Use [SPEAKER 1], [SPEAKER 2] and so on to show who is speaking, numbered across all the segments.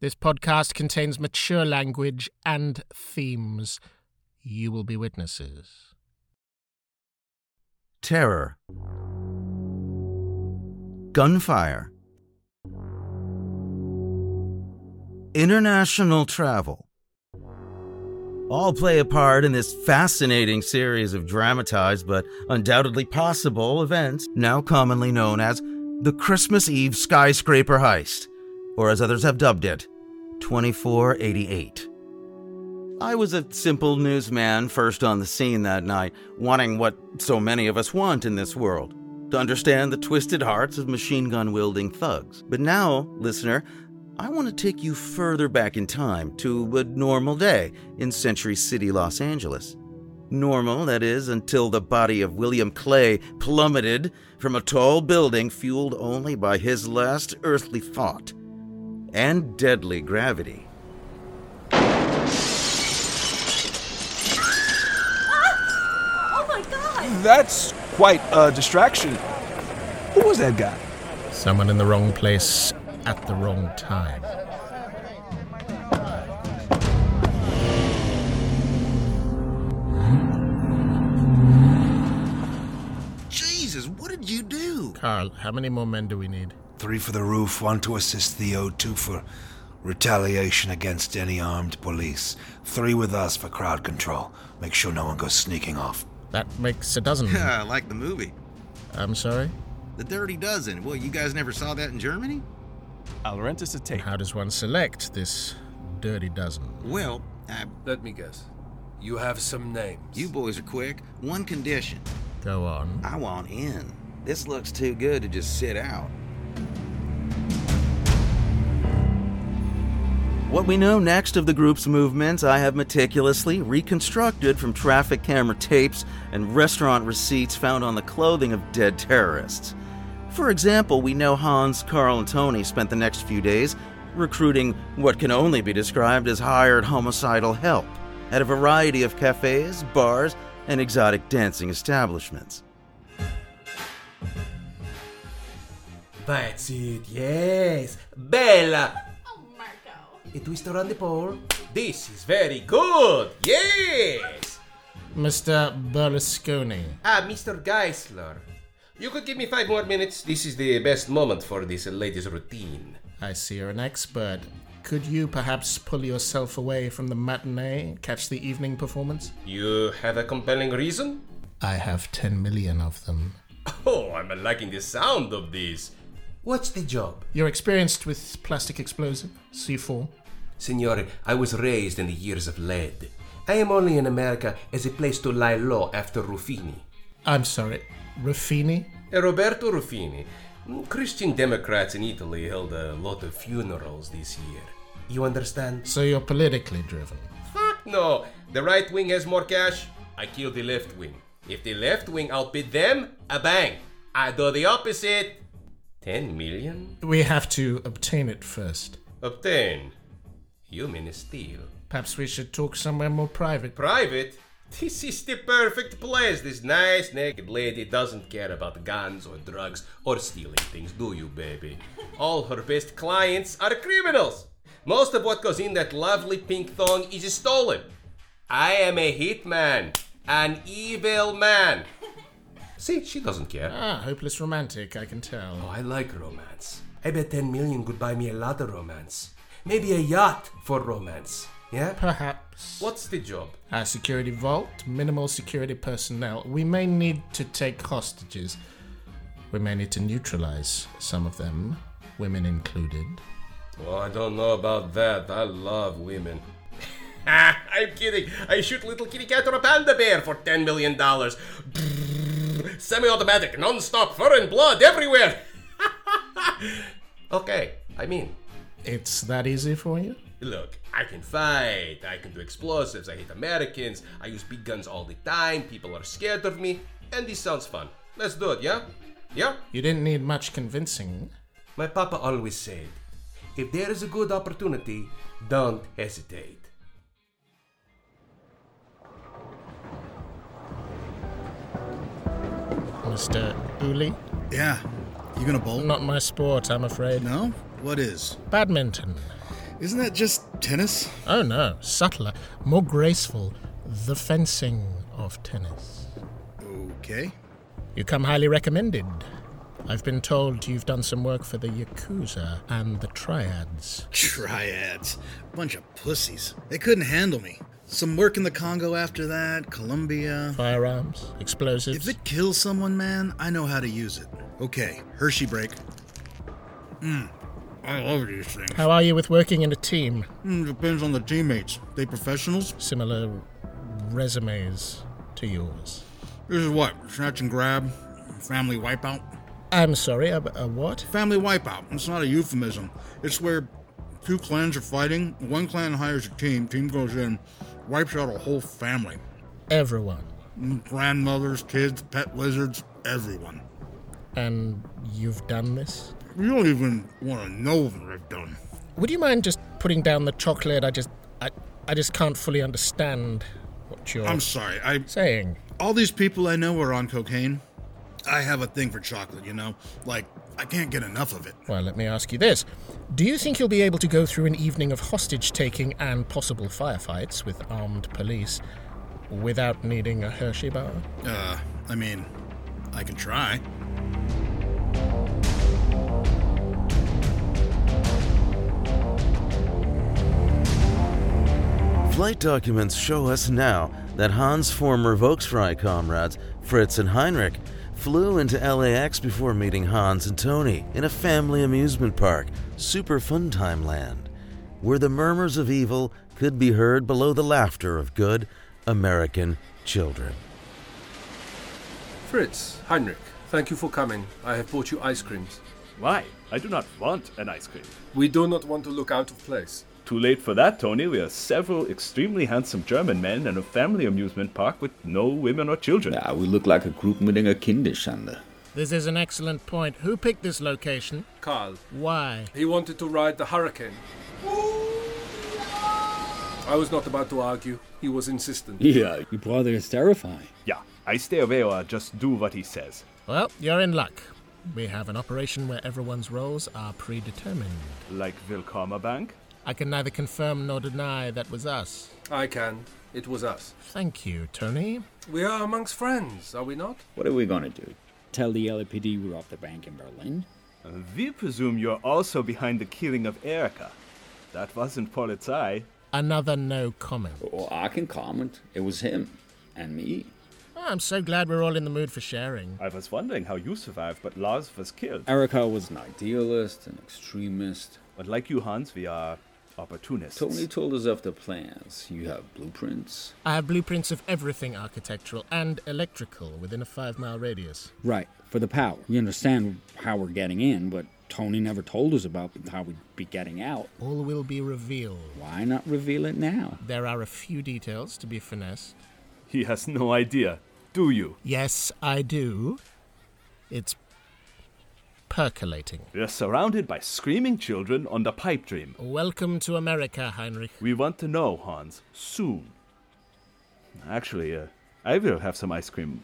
[SPEAKER 1] This podcast contains mature language and themes. You will be witnesses.
[SPEAKER 2] terror, gunfire, international travel. All play a part in this fascinating series of dramatized but undoubtedly possible events, now commonly known as the Christmas Eve Skyscraper Heist, or as others have dubbed it, 2488. I was a simple newsman first on the scene that night, wanting what so many of us want in this world to understand the twisted hearts of machine gun wielding thugs. But now, listener, I want to take you further back in time to a normal day in Century City, Los Angeles. Normal, that is, until the body of William Clay plummeted from a tall building fueled only by his last earthly thought and deadly gravity.
[SPEAKER 3] Oh my god!
[SPEAKER 4] That's quite a distraction. Who was that guy?
[SPEAKER 1] Someone in the wrong place at the wrong time.
[SPEAKER 2] Jesus, what did you do?
[SPEAKER 1] Carl, how many more men do we need?
[SPEAKER 5] Three for the roof, one to assist Theo, two for retaliation against any armed police, three with us for crowd control. Make sure no one goes sneaking off.
[SPEAKER 1] That makes a dozen.
[SPEAKER 6] Yeah, like the movie.
[SPEAKER 1] I'm sorry?
[SPEAKER 6] The Dirty Dozen. Well, you guys never saw that in Germany?
[SPEAKER 7] I'll rent us a tape.
[SPEAKER 1] How does one select this dirty dozen?
[SPEAKER 6] Well, I,
[SPEAKER 8] Let me guess. You have some names.
[SPEAKER 6] you boys are quick. One condition
[SPEAKER 1] Go on.
[SPEAKER 6] I want in. This looks too good to just sit out.
[SPEAKER 2] What we know next of the group's movements, I have meticulously reconstructed from traffic camera tapes and restaurant receipts found on the clothing of dead terrorists. For example, we know Hans, Carl, and Tony spent the next few days recruiting what can only be described as hired homicidal help at a variety of cafes, bars, and exotic dancing establishments.
[SPEAKER 9] That's it, yes! Bella!
[SPEAKER 3] Oh, Marco.
[SPEAKER 9] A twist around the pole. This is very good! Yes!
[SPEAKER 1] Mr. Berlusconi.
[SPEAKER 9] Ah, Mr. Geisler. You could give me five more minutes? This is the best moment for this latest routine.
[SPEAKER 1] I see you're an expert. Could you perhaps pull yourself away from the matinee, catch the evening performance?
[SPEAKER 9] You have a compelling reason?
[SPEAKER 1] I have 10 million of them.
[SPEAKER 9] Oh, I'm liking the sound of this. What's the job?
[SPEAKER 1] You're experienced with plastic explosive, C4.
[SPEAKER 9] Signore, I was raised in the years of lead. I am only in America as a place to lie low after Ruffini.
[SPEAKER 1] I'm sorry, Ruffini?
[SPEAKER 9] Eh, Roberto Ruffini. Mm, Christian Democrats in Italy held a lot of funerals this year. You understand?
[SPEAKER 1] So you're politically driven.
[SPEAKER 9] Fuck no! The right wing has more cash. I kill the left wing. If the left wing outbid them, a bang. I do the opposite. 10 million?
[SPEAKER 1] We have to obtain it first.
[SPEAKER 9] Obtain. Human steel.
[SPEAKER 1] Perhaps we should talk somewhere more private.
[SPEAKER 9] Private? This is the perfect place. This nice naked lady doesn't care about guns or drugs or stealing things, do you, baby? All her best clients are criminals. Most of what goes in that lovely pink thong is stolen. I am a hitman, an evil man. See, she doesn't care. Oh,
[SPEAKER 1] Ah, hopeless romantic, I can tell.
[SPEAKER 9] I like romance. I bet 10 million could buy me a lot of romance. Maybe a yacht for romance. Yeah?
[SPEAKER 1] Perhaps.
[SPEAKER 9] What's the job?
[SPEAKER 1] Our security vault, minimal security personnel. We may need to take hostages. We may need to neutralize some of them, women included.
[SPEAKER 9] Oh, I don't know about that. I love women. I'm kidding. I shoot little kitty cat or a panda bear for ten million dollars. Semi-automatic, non-stop, fur and blood everywhere. okay, I mean,
[SPEAKER 1] It's that easy for you?
[SPEAKER 9] look, I can fight. I can do explosives. I hate Americans. I use big guns all the time. People are scared of me, and this sounds fun. Let's do it, yeah? Yeah.
[SPEAKER 1] You didn't need much convincing.
[SPEAKER 9] My papa always said, if there is a good opportunity, don't hesitate.
[SPEAKER 1] Mr. Uli?
[SPEAKER 10] Yeah. You gonna bowl?
[SPEAKER 1] Not my sport, I'm afraid.
[SPEAKER 10] No? What is?
[SPEAKER 1] Badminton.
[SPEAKER 10] Isn't that just tennis?
[SPEAKER 1] Oh no, subtler, more graceful. The fencing of tennis.
[SPEAKER 10] Okay.
[SPEAKER 1] You come highly recommended. I've been told you've done some work for the Yakuza and the Triads.
[SPEAKER 10] Triads. Bunch of pussies. They couldn't handle me. Some work in the Congo after that, Colombia.
[SPEAKER 1] Firearms, explosives.
[SPEAKER 10] If it kills someone, man, I know how to use it. Okay, Hershey break. Mmm, I love these things.
[SPEAKER 1] How are you with working in a team?
[SPEAKER 10] Mm, depends on the teammates. They professionals?
[SPEAKER 1] Similar resumes to yours.
[SPEAKER 10] This is what? Snatch and grab? Family wipeout?
[SPEAKER 1] I'm sorry, a, a what?
[SPEAKER 10] Family wipeout. It's not a euphemism. It's where two clans are fighting, one clan hires a team, team goes in, wipes out a whole family.
[SPEAKER 1] Everyone.
[SPEAKER 10] Grandmothers, kids, pet lizards, everyone.
[SPEAKER 1] And you've done this?
[SPEAKER 10] You don't even want to know what I've done.
[SPEAKER 1] Would you mind just putting down the chocolate? I just, I, I just can't fully understand what you're.
[SPEAKER 10] I'm sorry. I
[SPEAKER 1] saying
[SPEAKER 10] all these people I know are on cocaine. I have a thing for chocolate, you know. Like I can't get enough of it.
[SPEAKER 1] Well, let me ask you this: Do you think you'll be able to go through an evening of hostage taking and possible firefights with armed police without needing a Hershey bar?
[SPEAKER 10] Uh, I mean, I can try.
[SPEAKER 2] Flight documents show us now that Hans' former Volksfrei comrades, Fritz and Heinrich, flew into LAX before meeting Hans and Tony in a family amusement park, Super Funtime Land, where the murmurs of evil could be heard below the laughter of good American children.
[SPEAKER 8] Fritz, Heinrich, thank you for coming. I have bought you ice creams.
[SPEAKER 11] Why? I do not want an ice cream.
[SPEAKER 8] We do not want to look out of place.
[SPEAKER 11] Too late for that, Tony. We are several extremely handsome German men in a family amusement park with no women or children.
[SPEAKER 12] Yeah, we look like a group meeting a Kinderschande.
[SPEAKER 1] This is an excellent point. Who picked this location?
[SPEAKER 8] Carl.
[SPEAKER 1] Why?
[SPEAKER 8] He wanted to ride the hurricane. I was not about to argue. He was insistent.
[SPEAKER 12] Yeah, your brother is terrifying.
[SPEAKER 11] Yeah, I stay away or just do what he says.
[SPEAKER 1] Well, you're in luck. We have an operation where everyone's roles are predetermined.
[SPEAKER 11] Like Vilcoma Bank?
[SPEAKER 1] I can neither confirm nor deny that was us.
[SPEAKER 8] I can. It was us.
[SPEAKER 1] Thank you, Tony.
[SPEAKER 8] We are amongst friends, are we not?
[SPEAKER 12] What are we going to do? Tell the LAPD we robbed the bank in Berlin?
[SPEAKER 11] Uh, we presume you're also behind the killing of Erica. That wasn't Polizei.
[SPEAKER 1] Another no comment.
[SPEAKER 12] Or oh, I can comment. It was him. And me.
[SPEAKER 1] Oh, I'm so glad we're all in the mood for sharing.
[SPEAKER 11] I was wondering how you survived, but Lars was killed.
[SPEAKER 12] Erica was an idealist, an extremist.
[SPEAKER 11] But like you, Hans, we are opportunists.
[SPEAKER 12] Tony told us of the plans. You have blueprints.
[SPEAKER 1] I have blueprints of everything architectural and electrical within a five mile radius.
[SPEAKER 12] Right, for the power. We understand how we're getting in, but Tony never told us about how we'd be getting out.
[SPEAKER 1] All will be revealed.
[SPEAKER 12] Why not reveal it now?
[SPEAKER 1] There are a few details to be finessed.
[SPEAKER 11] He has no idea, do you?
[SPEAKER 1] Yes, I do. It's percolating.
[SPEAKER 11] We are surrounded by screaming children on the pipe dream.
[SPEAKER 1] Welcome to America, Heinrich.
[SPEAKER 11] We want to know, Hans, soon. Actually, uh, I will have some ice cream.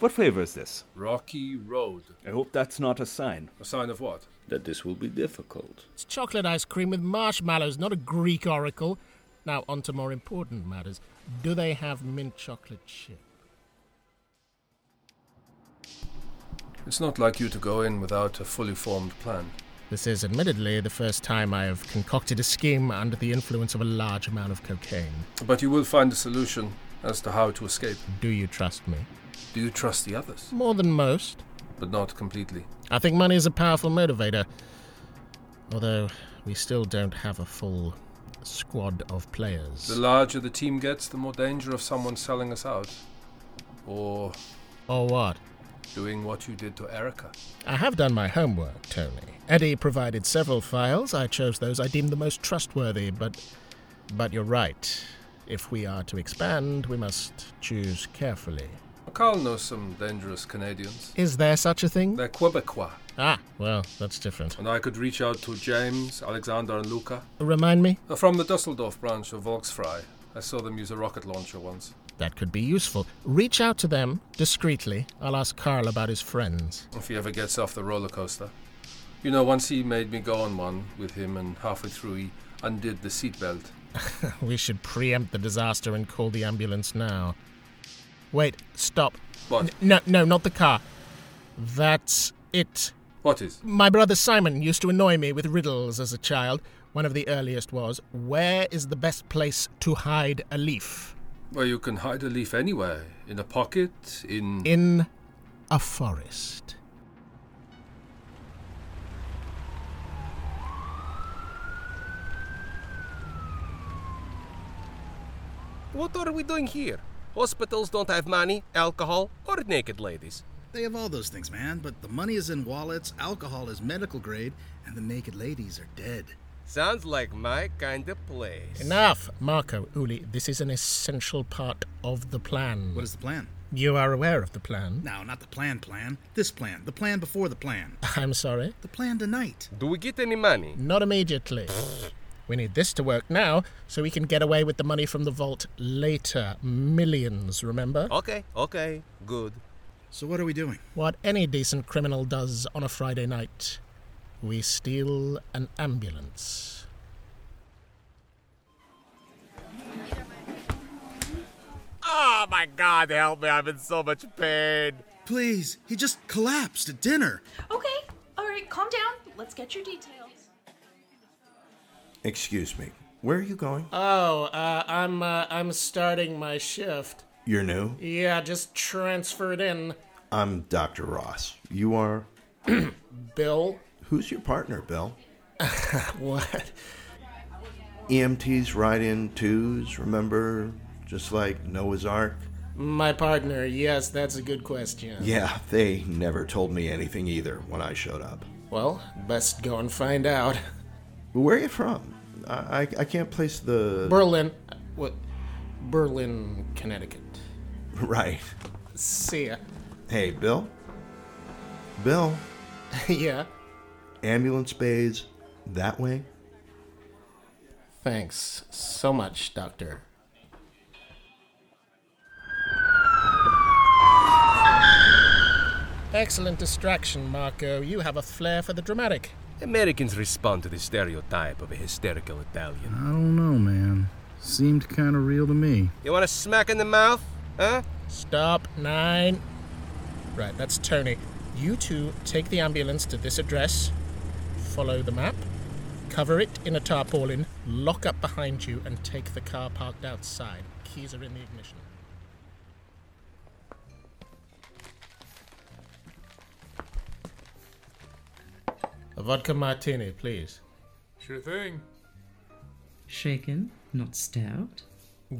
[SPEAKER 11] What flavor is this?
[SPEAKER 8] Rocky Road.
[SPEAKER 11] I hope that's not a sign.
[SPEAKER 8] A sign of what?
[SPEAKER 12] That this will be difficult.
[SPEAKER 1] It's chocolate ice cream with marshmallows, not a Greek oracle. Now, on to more important matters. Do they have mint chocolate chip?
[SPEAKER 8] It's not like you to go in without a fully formed plan.
[SPEAKER 1] This is admittedly the first time I have concocted a scheme under the influence of a large amount of cocaine.
[SPEAKER 8] But you will find a solution as to how to escape.
[SPEAKER 1] Do you trust me?
[SPEAKER 8] Do you trust the others?
[SPEAKER 1] More than most.
[SPEAKER 8] But not completely.
[SPEAKER 1] I think money is a powerful motivator. Although we still don't have a full squad of players.
[SPEAKER 8] The larger the team gets, the more danger of someone selling us out. Or.
[SPEAKER 1] Or what?
[SPEAKER 8] doing what you did to Erica.
[SPEAKER 1] I have done my homework, Tony. Eddie provided several files. I chose those I deemed the most trustworthy, but but you're right. If we are to expand, we must choose carefully.
[SPEAKER 8] Carl knows some dangerous Canadians.
[SPEAKER 1] Is there such a thing?
[SPEAKER 8] They're Quebecois.
[SPEAKER 1] Ah, well, that's different.
[SPEAKER 8] And I could reach out to James, Alexander, and Luca.
[SPEAKER 1] Remind me?
[SPEAKER 8] From the Dusseldorf branch of Volksfrei. I saw them use a rocket launcher once.
[SPEAKER 1] That could be useful. Reach out to them discreetly. I'll ask Carl about his friends.
[SPEAKER 8] If he ever gets off the roller coaster. You know, once he made me go on one with him, and halfway through he undid the seatbelt.
[SPEAKER 1] we should preempt the disaster and call the ambulance now. Wait, stop.
[SPEAKER 8] What?
[SPEAKER 1] N- no, no, not the car. That's it.
[SPEAKER 8] What is?
[SPEAKER 1] My brother Simon used to annoy me with riddles as a child. One of the earliest was, Where is the best place to hide a leaf?
[SPEAKER 8] Well, you can hide a leaf anywhere. In a pocket, in.
[SPEAKER 1] In a forest.
[SPEAKER 9] What are we doing here? Hospitals don't have money, alcohol, or naked ladies.
[SPEAKER 13] They have all those things, man, but the money is in wallets, alcohol is medical grade, and the naked ladies are dead.
[SPEAKER 9] Sounds like my kind of place.
[SPEAKER 1] Enough! Marco, Uli, this is an essential part of the plan.
[SPEAKER 13] What is the plan?
[SPEAKER 1] You are aware of the plan.
[SPEAKER 13] No, not the plan plan. This plan. The plan before the plan.
[SPEAKER 1] I'm sorry?
[SPEAKER 13] The plan tonight.
[SPEAKER 9] Do we get any money?
[SPEAKER 1] Not immediately. We need this to work now so we can get away with the money from the vault later. Millions, remember?
[SPEAKER 14] Oh.
[SPEAKER 9] Okay, okay, good.
[SPEAKER 13] So, what are we doing?
[SPEAKER 1] What any decent criminal does on a Friday night we steal an ambulance.
[SPEAKER 14] Oh my god, help me, I'm in so much pain.
[SPEAKER 13] Please, he just collapsed at dinner.
[SPEAKER 3] Okay, alright, calm down. Let's get your details.
[SPEAKER 15] Excuse me. Where are you going?
[SPEAKER 1] Oh, uh, I'm uh, I'm starting my shift.
[SPEAKER 15] You're new?
[SPEAKER 1] Yeah, just transferred in.
[SPEAKER 15] I'm Dr. Ross. You are?
[SPEAKER 1] Bill.
[SPEAKER 15] Who's your partner, Bill?
[SPEAKER 1] what?
[SPEAKER 15] E EMTs ride in twos, remember? Just like Noah's Ark?
[SPEAKER 1] My partner, yes, that's a good question.
[SPEAKER 15] Yeah, they never told me anything either when I showed up.
[SPEAKER 1] Well, best go and find out.
[SPEAKER 15] Where are you from? I, I, I can't place the.
[SPEAKER 1] Berlin. What? Berlin, Connecticut.
[SPEAKER 15] Right.
[SPEAKER 1] See ya.
[SPEAKER 15] Hey, Bill? Bill?
[SPEAKER 1] yeah.
[SPEAKER 15] Ambulance bays that way?
[SPEAKER 1] Thanks so much, Doctor. Excellent distraction, Marco. You have a flair for the dramatic.
[SPEAKER 9] Americans respond to the stereotype of a hysterical Italian.
[SPEAKER 16] I don't know, man. Seemed kind of real to me.
[SPEAKER 9] You want a smack in the mouth? Huh?
[SPEAKER 1] Stop, nine. Right, that's Tony. You two take the ambulance to this address, follow the map, cover it in a tarpaulin, lock up behind you, and take the car parked outside. Keys are in the ignition. A vodka martini, please.
[SPEAKER 17] Sure thing.
[SPEAKER 18] Shaken, not stout.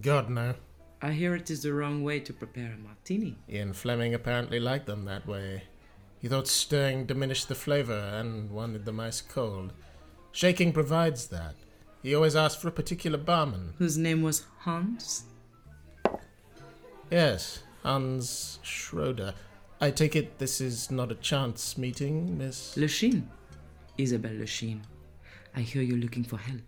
[SPEAKER 1] God, no.
[SPEAKER 18] I hear it is the wrong way to prepare a martini.
[SPEAKER 1] Ian Fleming apparently liked them that way. He thought stirring diminished the flavor and wanted them ice cold. Shaking provides that. He always asked for a particular barman.
[SPEAKER 18] Whose name was Hans?
[SPEAKER 1] Yes, Hans Schroeder. I take it this is not a chance meeting, Miss.
[SPEAKER 18] Lechine. Isabel Lechine. I hear you're looking for help.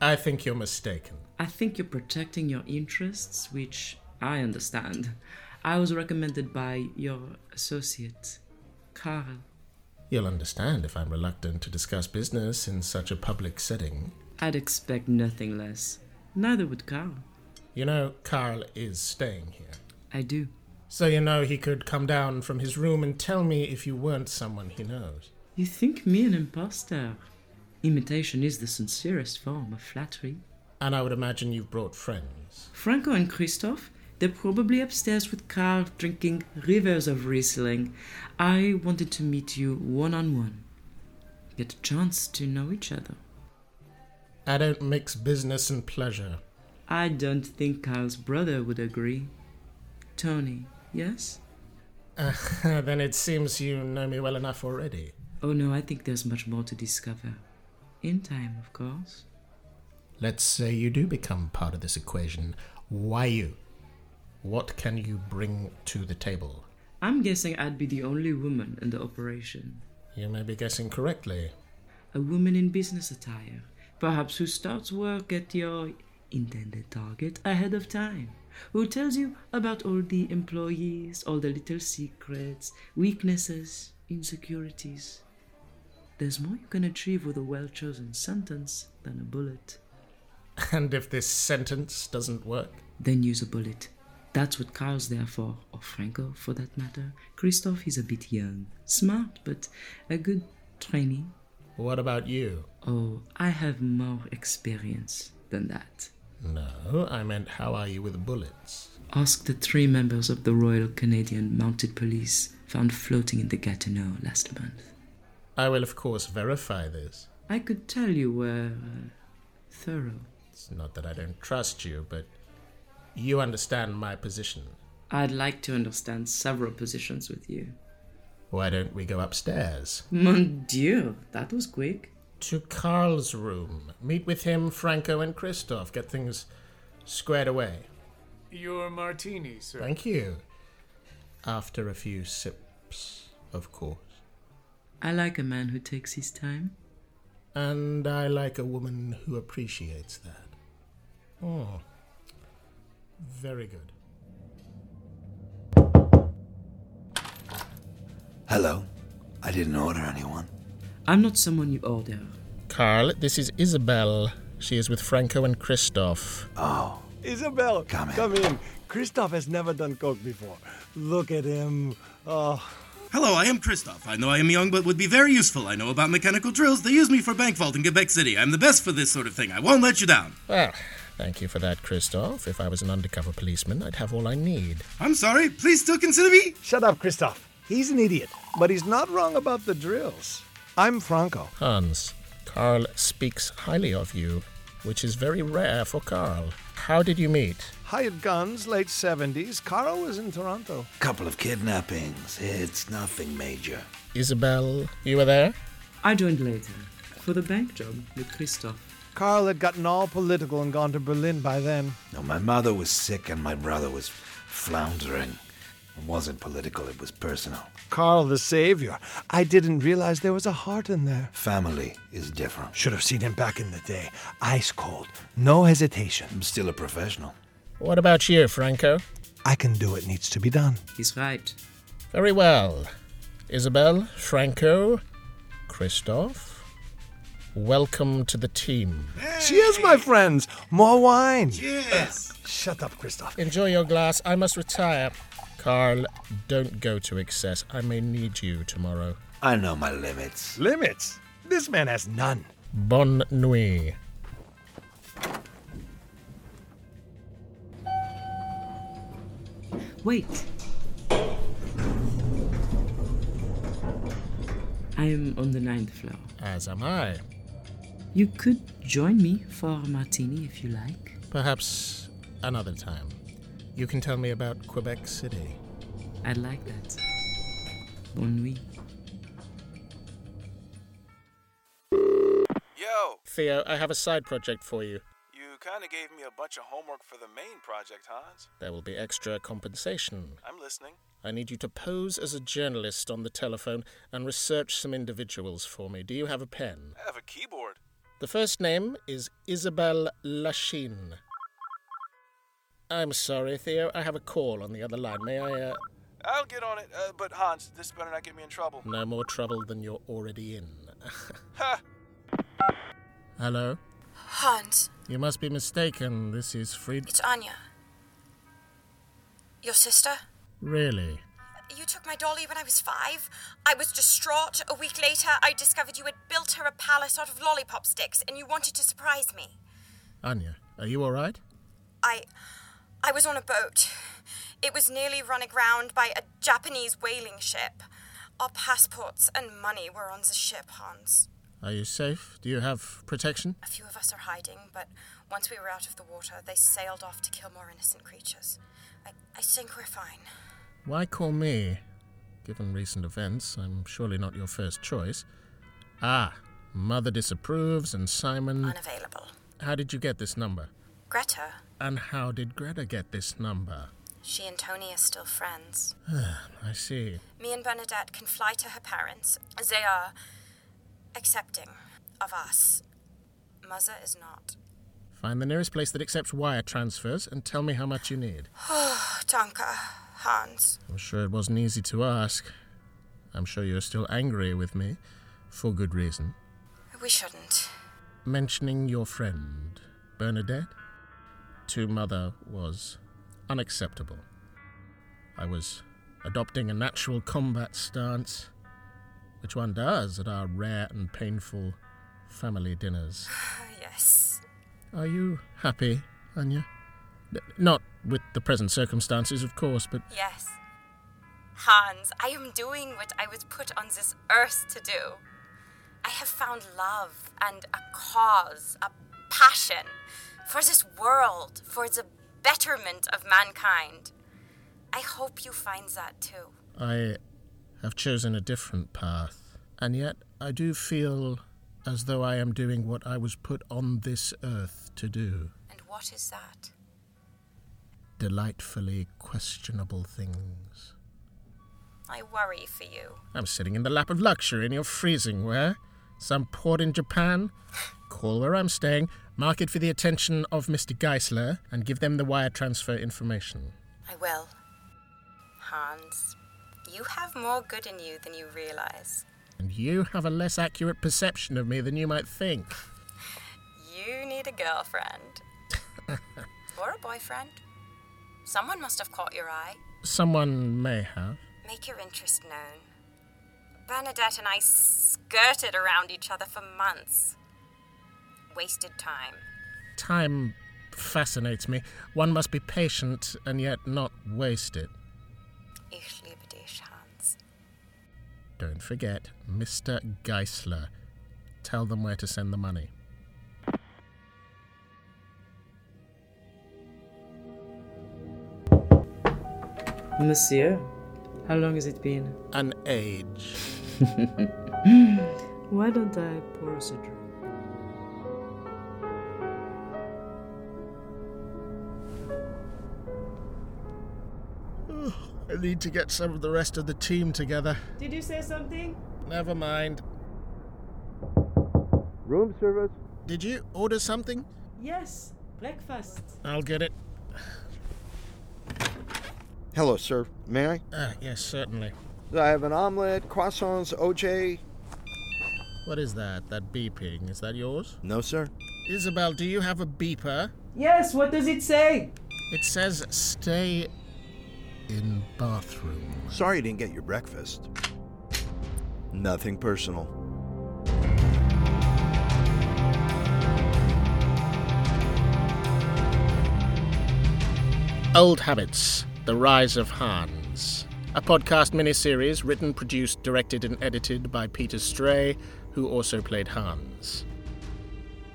[SPEAKER 1] I think you're mistaken.
[SPEAKER 18] I think you're protecting your interests, which I understand. I was recommended by your associate, Karl.
[SPEAKER 1] You'll understand if I'm reluctant to discuss business in such a public setting.
[SPEAKER 18] I'd expect nothing less. Neither would Karl.
[SPEAKER 1] You know, Karl is staying here.
[SPEAKER 18] I do.
[SPEAKER 1] So you know he could come down from his room and tell me if you weren't someone he knows.
[SPEAKER 18] You think me an impostor? Imitation is the sincerest form of flattery.
[SPEAKER 1] And I would imagine you've brought friends.
[SPEAKER 18] Franco and Christoph, they're probably upstairs with Karl drinking rivers of Riesling. I wanted to meet you one on one. Get a chance to know each other.
[SPEAKER 1] I don't mix business and pleasure.
[SPEAKER 18] I don't think Karl's brother would agree. Tony, yes?
[SPEAKER 1] Uh, then it seems you know me well enough already.
[SPEAKER 18] Oh no, I think there's much more to discover. In time, of course.
[SPEAKER 1] Let's say you do become part of this equation. Why you? What can you bring to the table?
[SPEAKER 18] I'm guessing I'd be the only woman in the operation.
[SPEAKER 1] You may be guessing correctly.
[SPEAKER 18] A woman in business attire, perhaps who starts work at your intended target ahead of time who tells you about all the employees, all the little secrets, weaknesses, insecurities. There's more you can achieve with a well chosen sentence than a bullet.
[SPEAKER 1] And if this sentence doesn't work?
[SPEAKER 18] Then use a bullet. That's what Carl's there for, or Franco for that matter. Christoph is a bit young. Smart, but a good training.
[SPEAKER 1] What about you?
[SPEAKER 18] Oh, I have more experience than that.
[SPEAKER 1] No, I meant how are you with bullets?
[SPEAKER 18] Ask the three members of the Royal Canadian Mounted Police found floating in the Gatineau last month.
[SPEAKER 1] I will, of course, verify this.
[SPEAKER 18] I could tell you were uh, thorough.
[SPEAKER 1] It's not that I don't trust you, but you understand my position.
[SPEAKER 18] I'd like to understand several positions with you.
[SPEAKER 1] Why don't we go upstairs?
[SPEAKER 18] Mon Dieu, that was quick.
[SPEAKER 1] To Carl's room. Meet with him, Franco, and Christoph. Get things squared away.
[SPEAKER 17] Your martini, sir.
[SPEAKER 1] Thank you. After a few sips, of course.
[SPEAKER 18] I like a man who takes his time.
[SPEAKER 1] And I like a woman who appreciates that. Oh. Very good.
[SPEAKER 5] Hello. I didn't order anyone.
[SPEAKER 18] I'm not someone you order.
[SPEAKER 1] Carl, this is Isabel. She is with Franco and Christoph.
[SPEAKER 5] Oh.
[SPEAKER 19] Isabel,
[SPEAKER 5] come in.
[SPEAKER 19] Come in. Christoph has never done coke before. Look at him. Oh.
[SPEAKER 20] Hello, I am Christoph. I know I am young, but would be very useful. I know about mechanical drills. They use me for bank vault in Quebec City. I'm the best for this sort of thing. I won't let you down.
[SPEAKER 1] Well, Ah, thank you for that, Christoph. If I was an undercover policeman, I'd have all I need.
[SPEAKER 20] I'm sorry. Please still consider me.
[SPEAKER 19] Shut up, Christoph. He's an idiot, but he's not wrong about the drills. I'm Franco.
[SPEAKER 1] Hans, Karl speaks highly of you, which is very rare for Karl. How did you meet?
[SPEAKER 19] Hired guns, late 70s. Carl was in Toronto.
[SPEAKER 5] Couple of kidnappings. It's nothing major.
[SPEAKER 1] Isabel, you were there?
[SPEAKER 18] I joined later for the bank job with Christoph.
[SPEAKER 19] Carl had gotten all political and gone to Berlin by then.
[SPEAKER 5] No, my mother was sick and my brother was floundering. It wasn't political, it was personal.
[SPEAKER 19] Carl the Savior. I didn't realize there was a heart in there.
[SPEAKER 5] Family is different.
[SPEAKER 19] Should have seen him back in the day. Ice cold. No hesitation.
[SPEAKER 5] I'm still a professional.
[SPEAKER 1] What about you, Franco?
[SPEAKER 19] I can do what needs to be done.
[SPEAKER 18] He's right.
[SPEAKER 1] Very well. Isabel, Franco, Christoph, welcome to the team.
[SPEAKER 19] Hey. Cheers, my friends. More wine.
[SPEAKER 20] Cheers.
[SPEAKER 19] Shut up, Christoph.
[SPEAKER 1] Enjoy your glass. I must retire. Carl, don't go to excess. I may need you tomorrow.
[SPEAKER 5] I know my limits.
[SPEAKER 19] Limits? This man has none.
[SPEAKER 1] Bonne nuit.
[SPEAKER 18] Wait. I am on the ninth floor.
[SPEAKER 1] As am I.
[SPEAKER 18] You could join me for a martini if you like.
[SPEAKER 1] Perhaps another time. You can tell me about Quebec City.
[SPEAKER 18] I'd like that. Bonne nuit.
[SPEAKER 21] Yo!
[SPEAKER 1] Theo, I have a side project for you.
[SPEAKER 21] You kinda gave me a bunch of homework for the main project, Hans.
[SPEAKER 1] There will be extra compensation.
[SPEAKER 21] I'm listening.
[SPEAKER 1] I need you to pose as a journalist on the telephone and research some individuals for me. Do you have a pen?
[SPEAKER 21] I have a keyboard.
[SPEAKER 1] The first name is Isabelle Lachine. I'm sorry, Theo. I have a call on the other line. May I, uh...
[SPEAKER 21] I'll get on it. Uh, but Hans, this better not get me in trouble.
[SPEAKER 1] No more trouble than you're already in.
[SPEAKER 21] ha!
[SPEAKER 1] Hello?
[SPEAKER 22] Hans.
[SPEAKER 1] You must be mistaken. This is Fried.
[SPEAKER 22] It's Anya. Your sister?
[SPEAKER 1] Really?
[SPEAKER 22] You took my dolly when I was five. I was distraught. A week later, I discovered you had built her a palace out of lollipop sticks, and you wanted to surprise me.
[SPEAKER 1] Anya, are you all right?
[SPEAKER 22] I. I was on a boat. It was nearly run aground by a Japanese whaling ship. Our passports and money were on the ship, Hans.
[SPEAKER 1] Are you safe? Do you have protection?
[SPEAKER 22] A few of us are hiding, but once we were out of the water, they sailed off to kill more innocent creatures. I, I think we're fine.
[SPEAKER 1] Why call me? Given recent events, I'm surely not your first choice. Ah, Mother disapproves, and Simon.
[SPEAKER 22] Unavailable.
[SPEAKER 1] How did you get this number?
[SPEAKER 22] Greta.
[SPEAKER 1] And how did Greta get this number?
[SPEAKER 22] She and Tony are still friends.
[SPEAKER 1] I see.
[SPEAKER 22] Me and Bernadette can fly to her parents. They are accepting of us. Mother is not.
[SPEAKER 1] Find the nearest place that accepts wire transfers and tell me how much you need.
[SPEAKER 22] Tonka, Oh, Hans.
[SPEAKER 1] I'm sure it wasn't easy to ask. I'm sure you're still angry with me. For good reason.
[SPEAKER 22] We shouldn't.
[SPEAKER 1] Mentioning your friend, Bernadette, to mother was unacceptable. I was adopting a natural combat stance, which one does at our rare and painful family dinners.
[SPEAKER 22] yes.
[SPEAKER 1] Are you happy, Anya? N- Not with the present circumstances, of course, but
[SPEAKER 22] Yes. Hans, I am doing what I was put on this earth to do. I have found love and a cause, a passion for this world, for the betterment of mankind. I hope you find that too.
[SPEAKER 1] I have chosen a different path, and yet I do feel as though I am doing what I was put on this earth to do
[SPEAKER 22] And what is that?
[SPEAKER 1] delightfully questionable things.
[SPEAKER 22] I worry for you.
[SPEAKER 1] I'm sitting in the lap of luxury and you're freezing where? Some port in Japan? Call where I'm staying, mark it for the attention of Mr. Geisler, and give them the wire transfer information.
[SPEAKER 22] I will. Hans, you have more good in you than you realize.
[SPEAKER 1] And you have a less accurate perception of me than you might think.
[SPEAKER 22] You need a girlfriend. or a boyfriend. Someone must have caught your eye.
[SPEAKER 1] Someone may have.
[SPEAKER 22] Make your interest known. Bernadette and I skirted around each other for months. Wasted time.
[SPEAKER 1] Time fascinates me. One must be patient and yet not waste it.
[SPEAKER 22] Ich liebe dich, Hans.
[SPEAKER 1] Don't forget, Mr. Geisler. Tell them where to send the money.
[SPEAKER 18] Monsieur, how long has it been?
[SPEAKER 1] An age.
[SPEAKER 18] Why don't I pour us a drink?
[SPEAKER 1] I need to get some of the rest of the team together.
[SPEAKER 18] Did you say something?
[SPEAKER 1] Never mind.
[SPEAKER 15] Room service?
[SPEAKER 1] Did you order something?
[SPEAKER 18] Yes, breakfast.
[SPEAKER 1] I'll get it.
[SPEAKER 15] Hello, sir. May I?
[SPEAKER 1] Ah, yes, certainly.
[SPEAKER 15] I have an omelet, croissants, OJ.
[SPEAKER 1] What is that? That beeping? Is that yours?
[SPEAKER 15] No, sir.
[SPEAKER 1] Isabel, do you have a beeper?
[SPEAKER 18] Yes, what does it say?
[SPEAKER 1] It says stay in bathroom.
[SPEAKER 15] Sorry you didn't get your breakfast. Nothing personal.
[SPEAKER 1] Old Habits The Rise of Hans. A podcast miniseries written, produced, directed, and edited by Peter Stray, who also played Hans.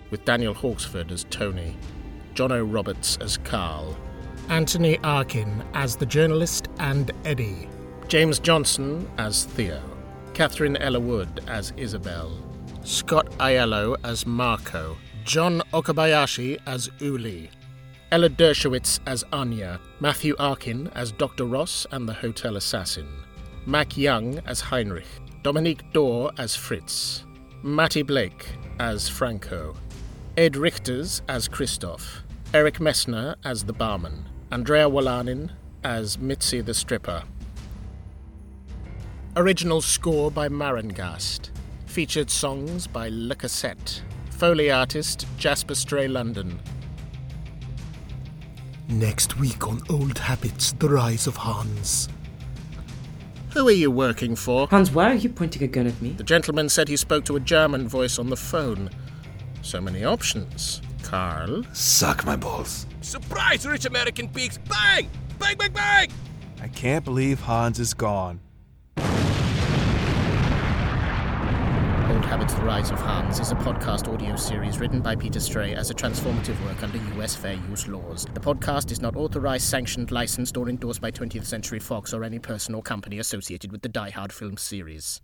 [SPEAKER 1] With Daniel Hawksford as Tony, John O. Roberts as Carl, Anthony Arkin as the journalist and Eddie, James Johnson as Theo, Catherine Ella Wood as Isabel, Scott Aiello as Marco, John Okabayashi as Uli, Ella Dershowitz as Anya, Matthew Arkin as Dr. Ross and the Hotel Assassin, Mac Young as Heinrich, Dominique Dorr as Fritz, Matty Blake as Franco, Ed Richters as Christoph, Eric Messner as the barman, Andrea Walanin as Mitzi the stripper. Original score by Marangast. Featured songs by Le Cassette. Foley artist Jasper Stray London.
[SPEAKER 4] Next week on Old Habits, The Rise of Hans.
[SPEAKER 1] Who are you working for?
[SPEAKER 18] Hans, why are you pointing a gun at me?
[SPEAKER 1] The gentleman said he spoke to a German voice on the phone. So many options. Carl.
[SPEAKER 5] Suck my balls.
[SPEAKER 9] Surprise, rich American peaks! Bang! Bang, bang, bang!
[SPEAKER 7] I can't believe Hans is gone.
[SPEAKER 1] Old Habits The Rise of Hans is a podcast audio series written by Peter Stray as a transformative work under US fair use laws. The podcast is not authorized, sanctioned, licensed, or endorsed by 20th Century Fox or any person or company associated with the Die Hard film series.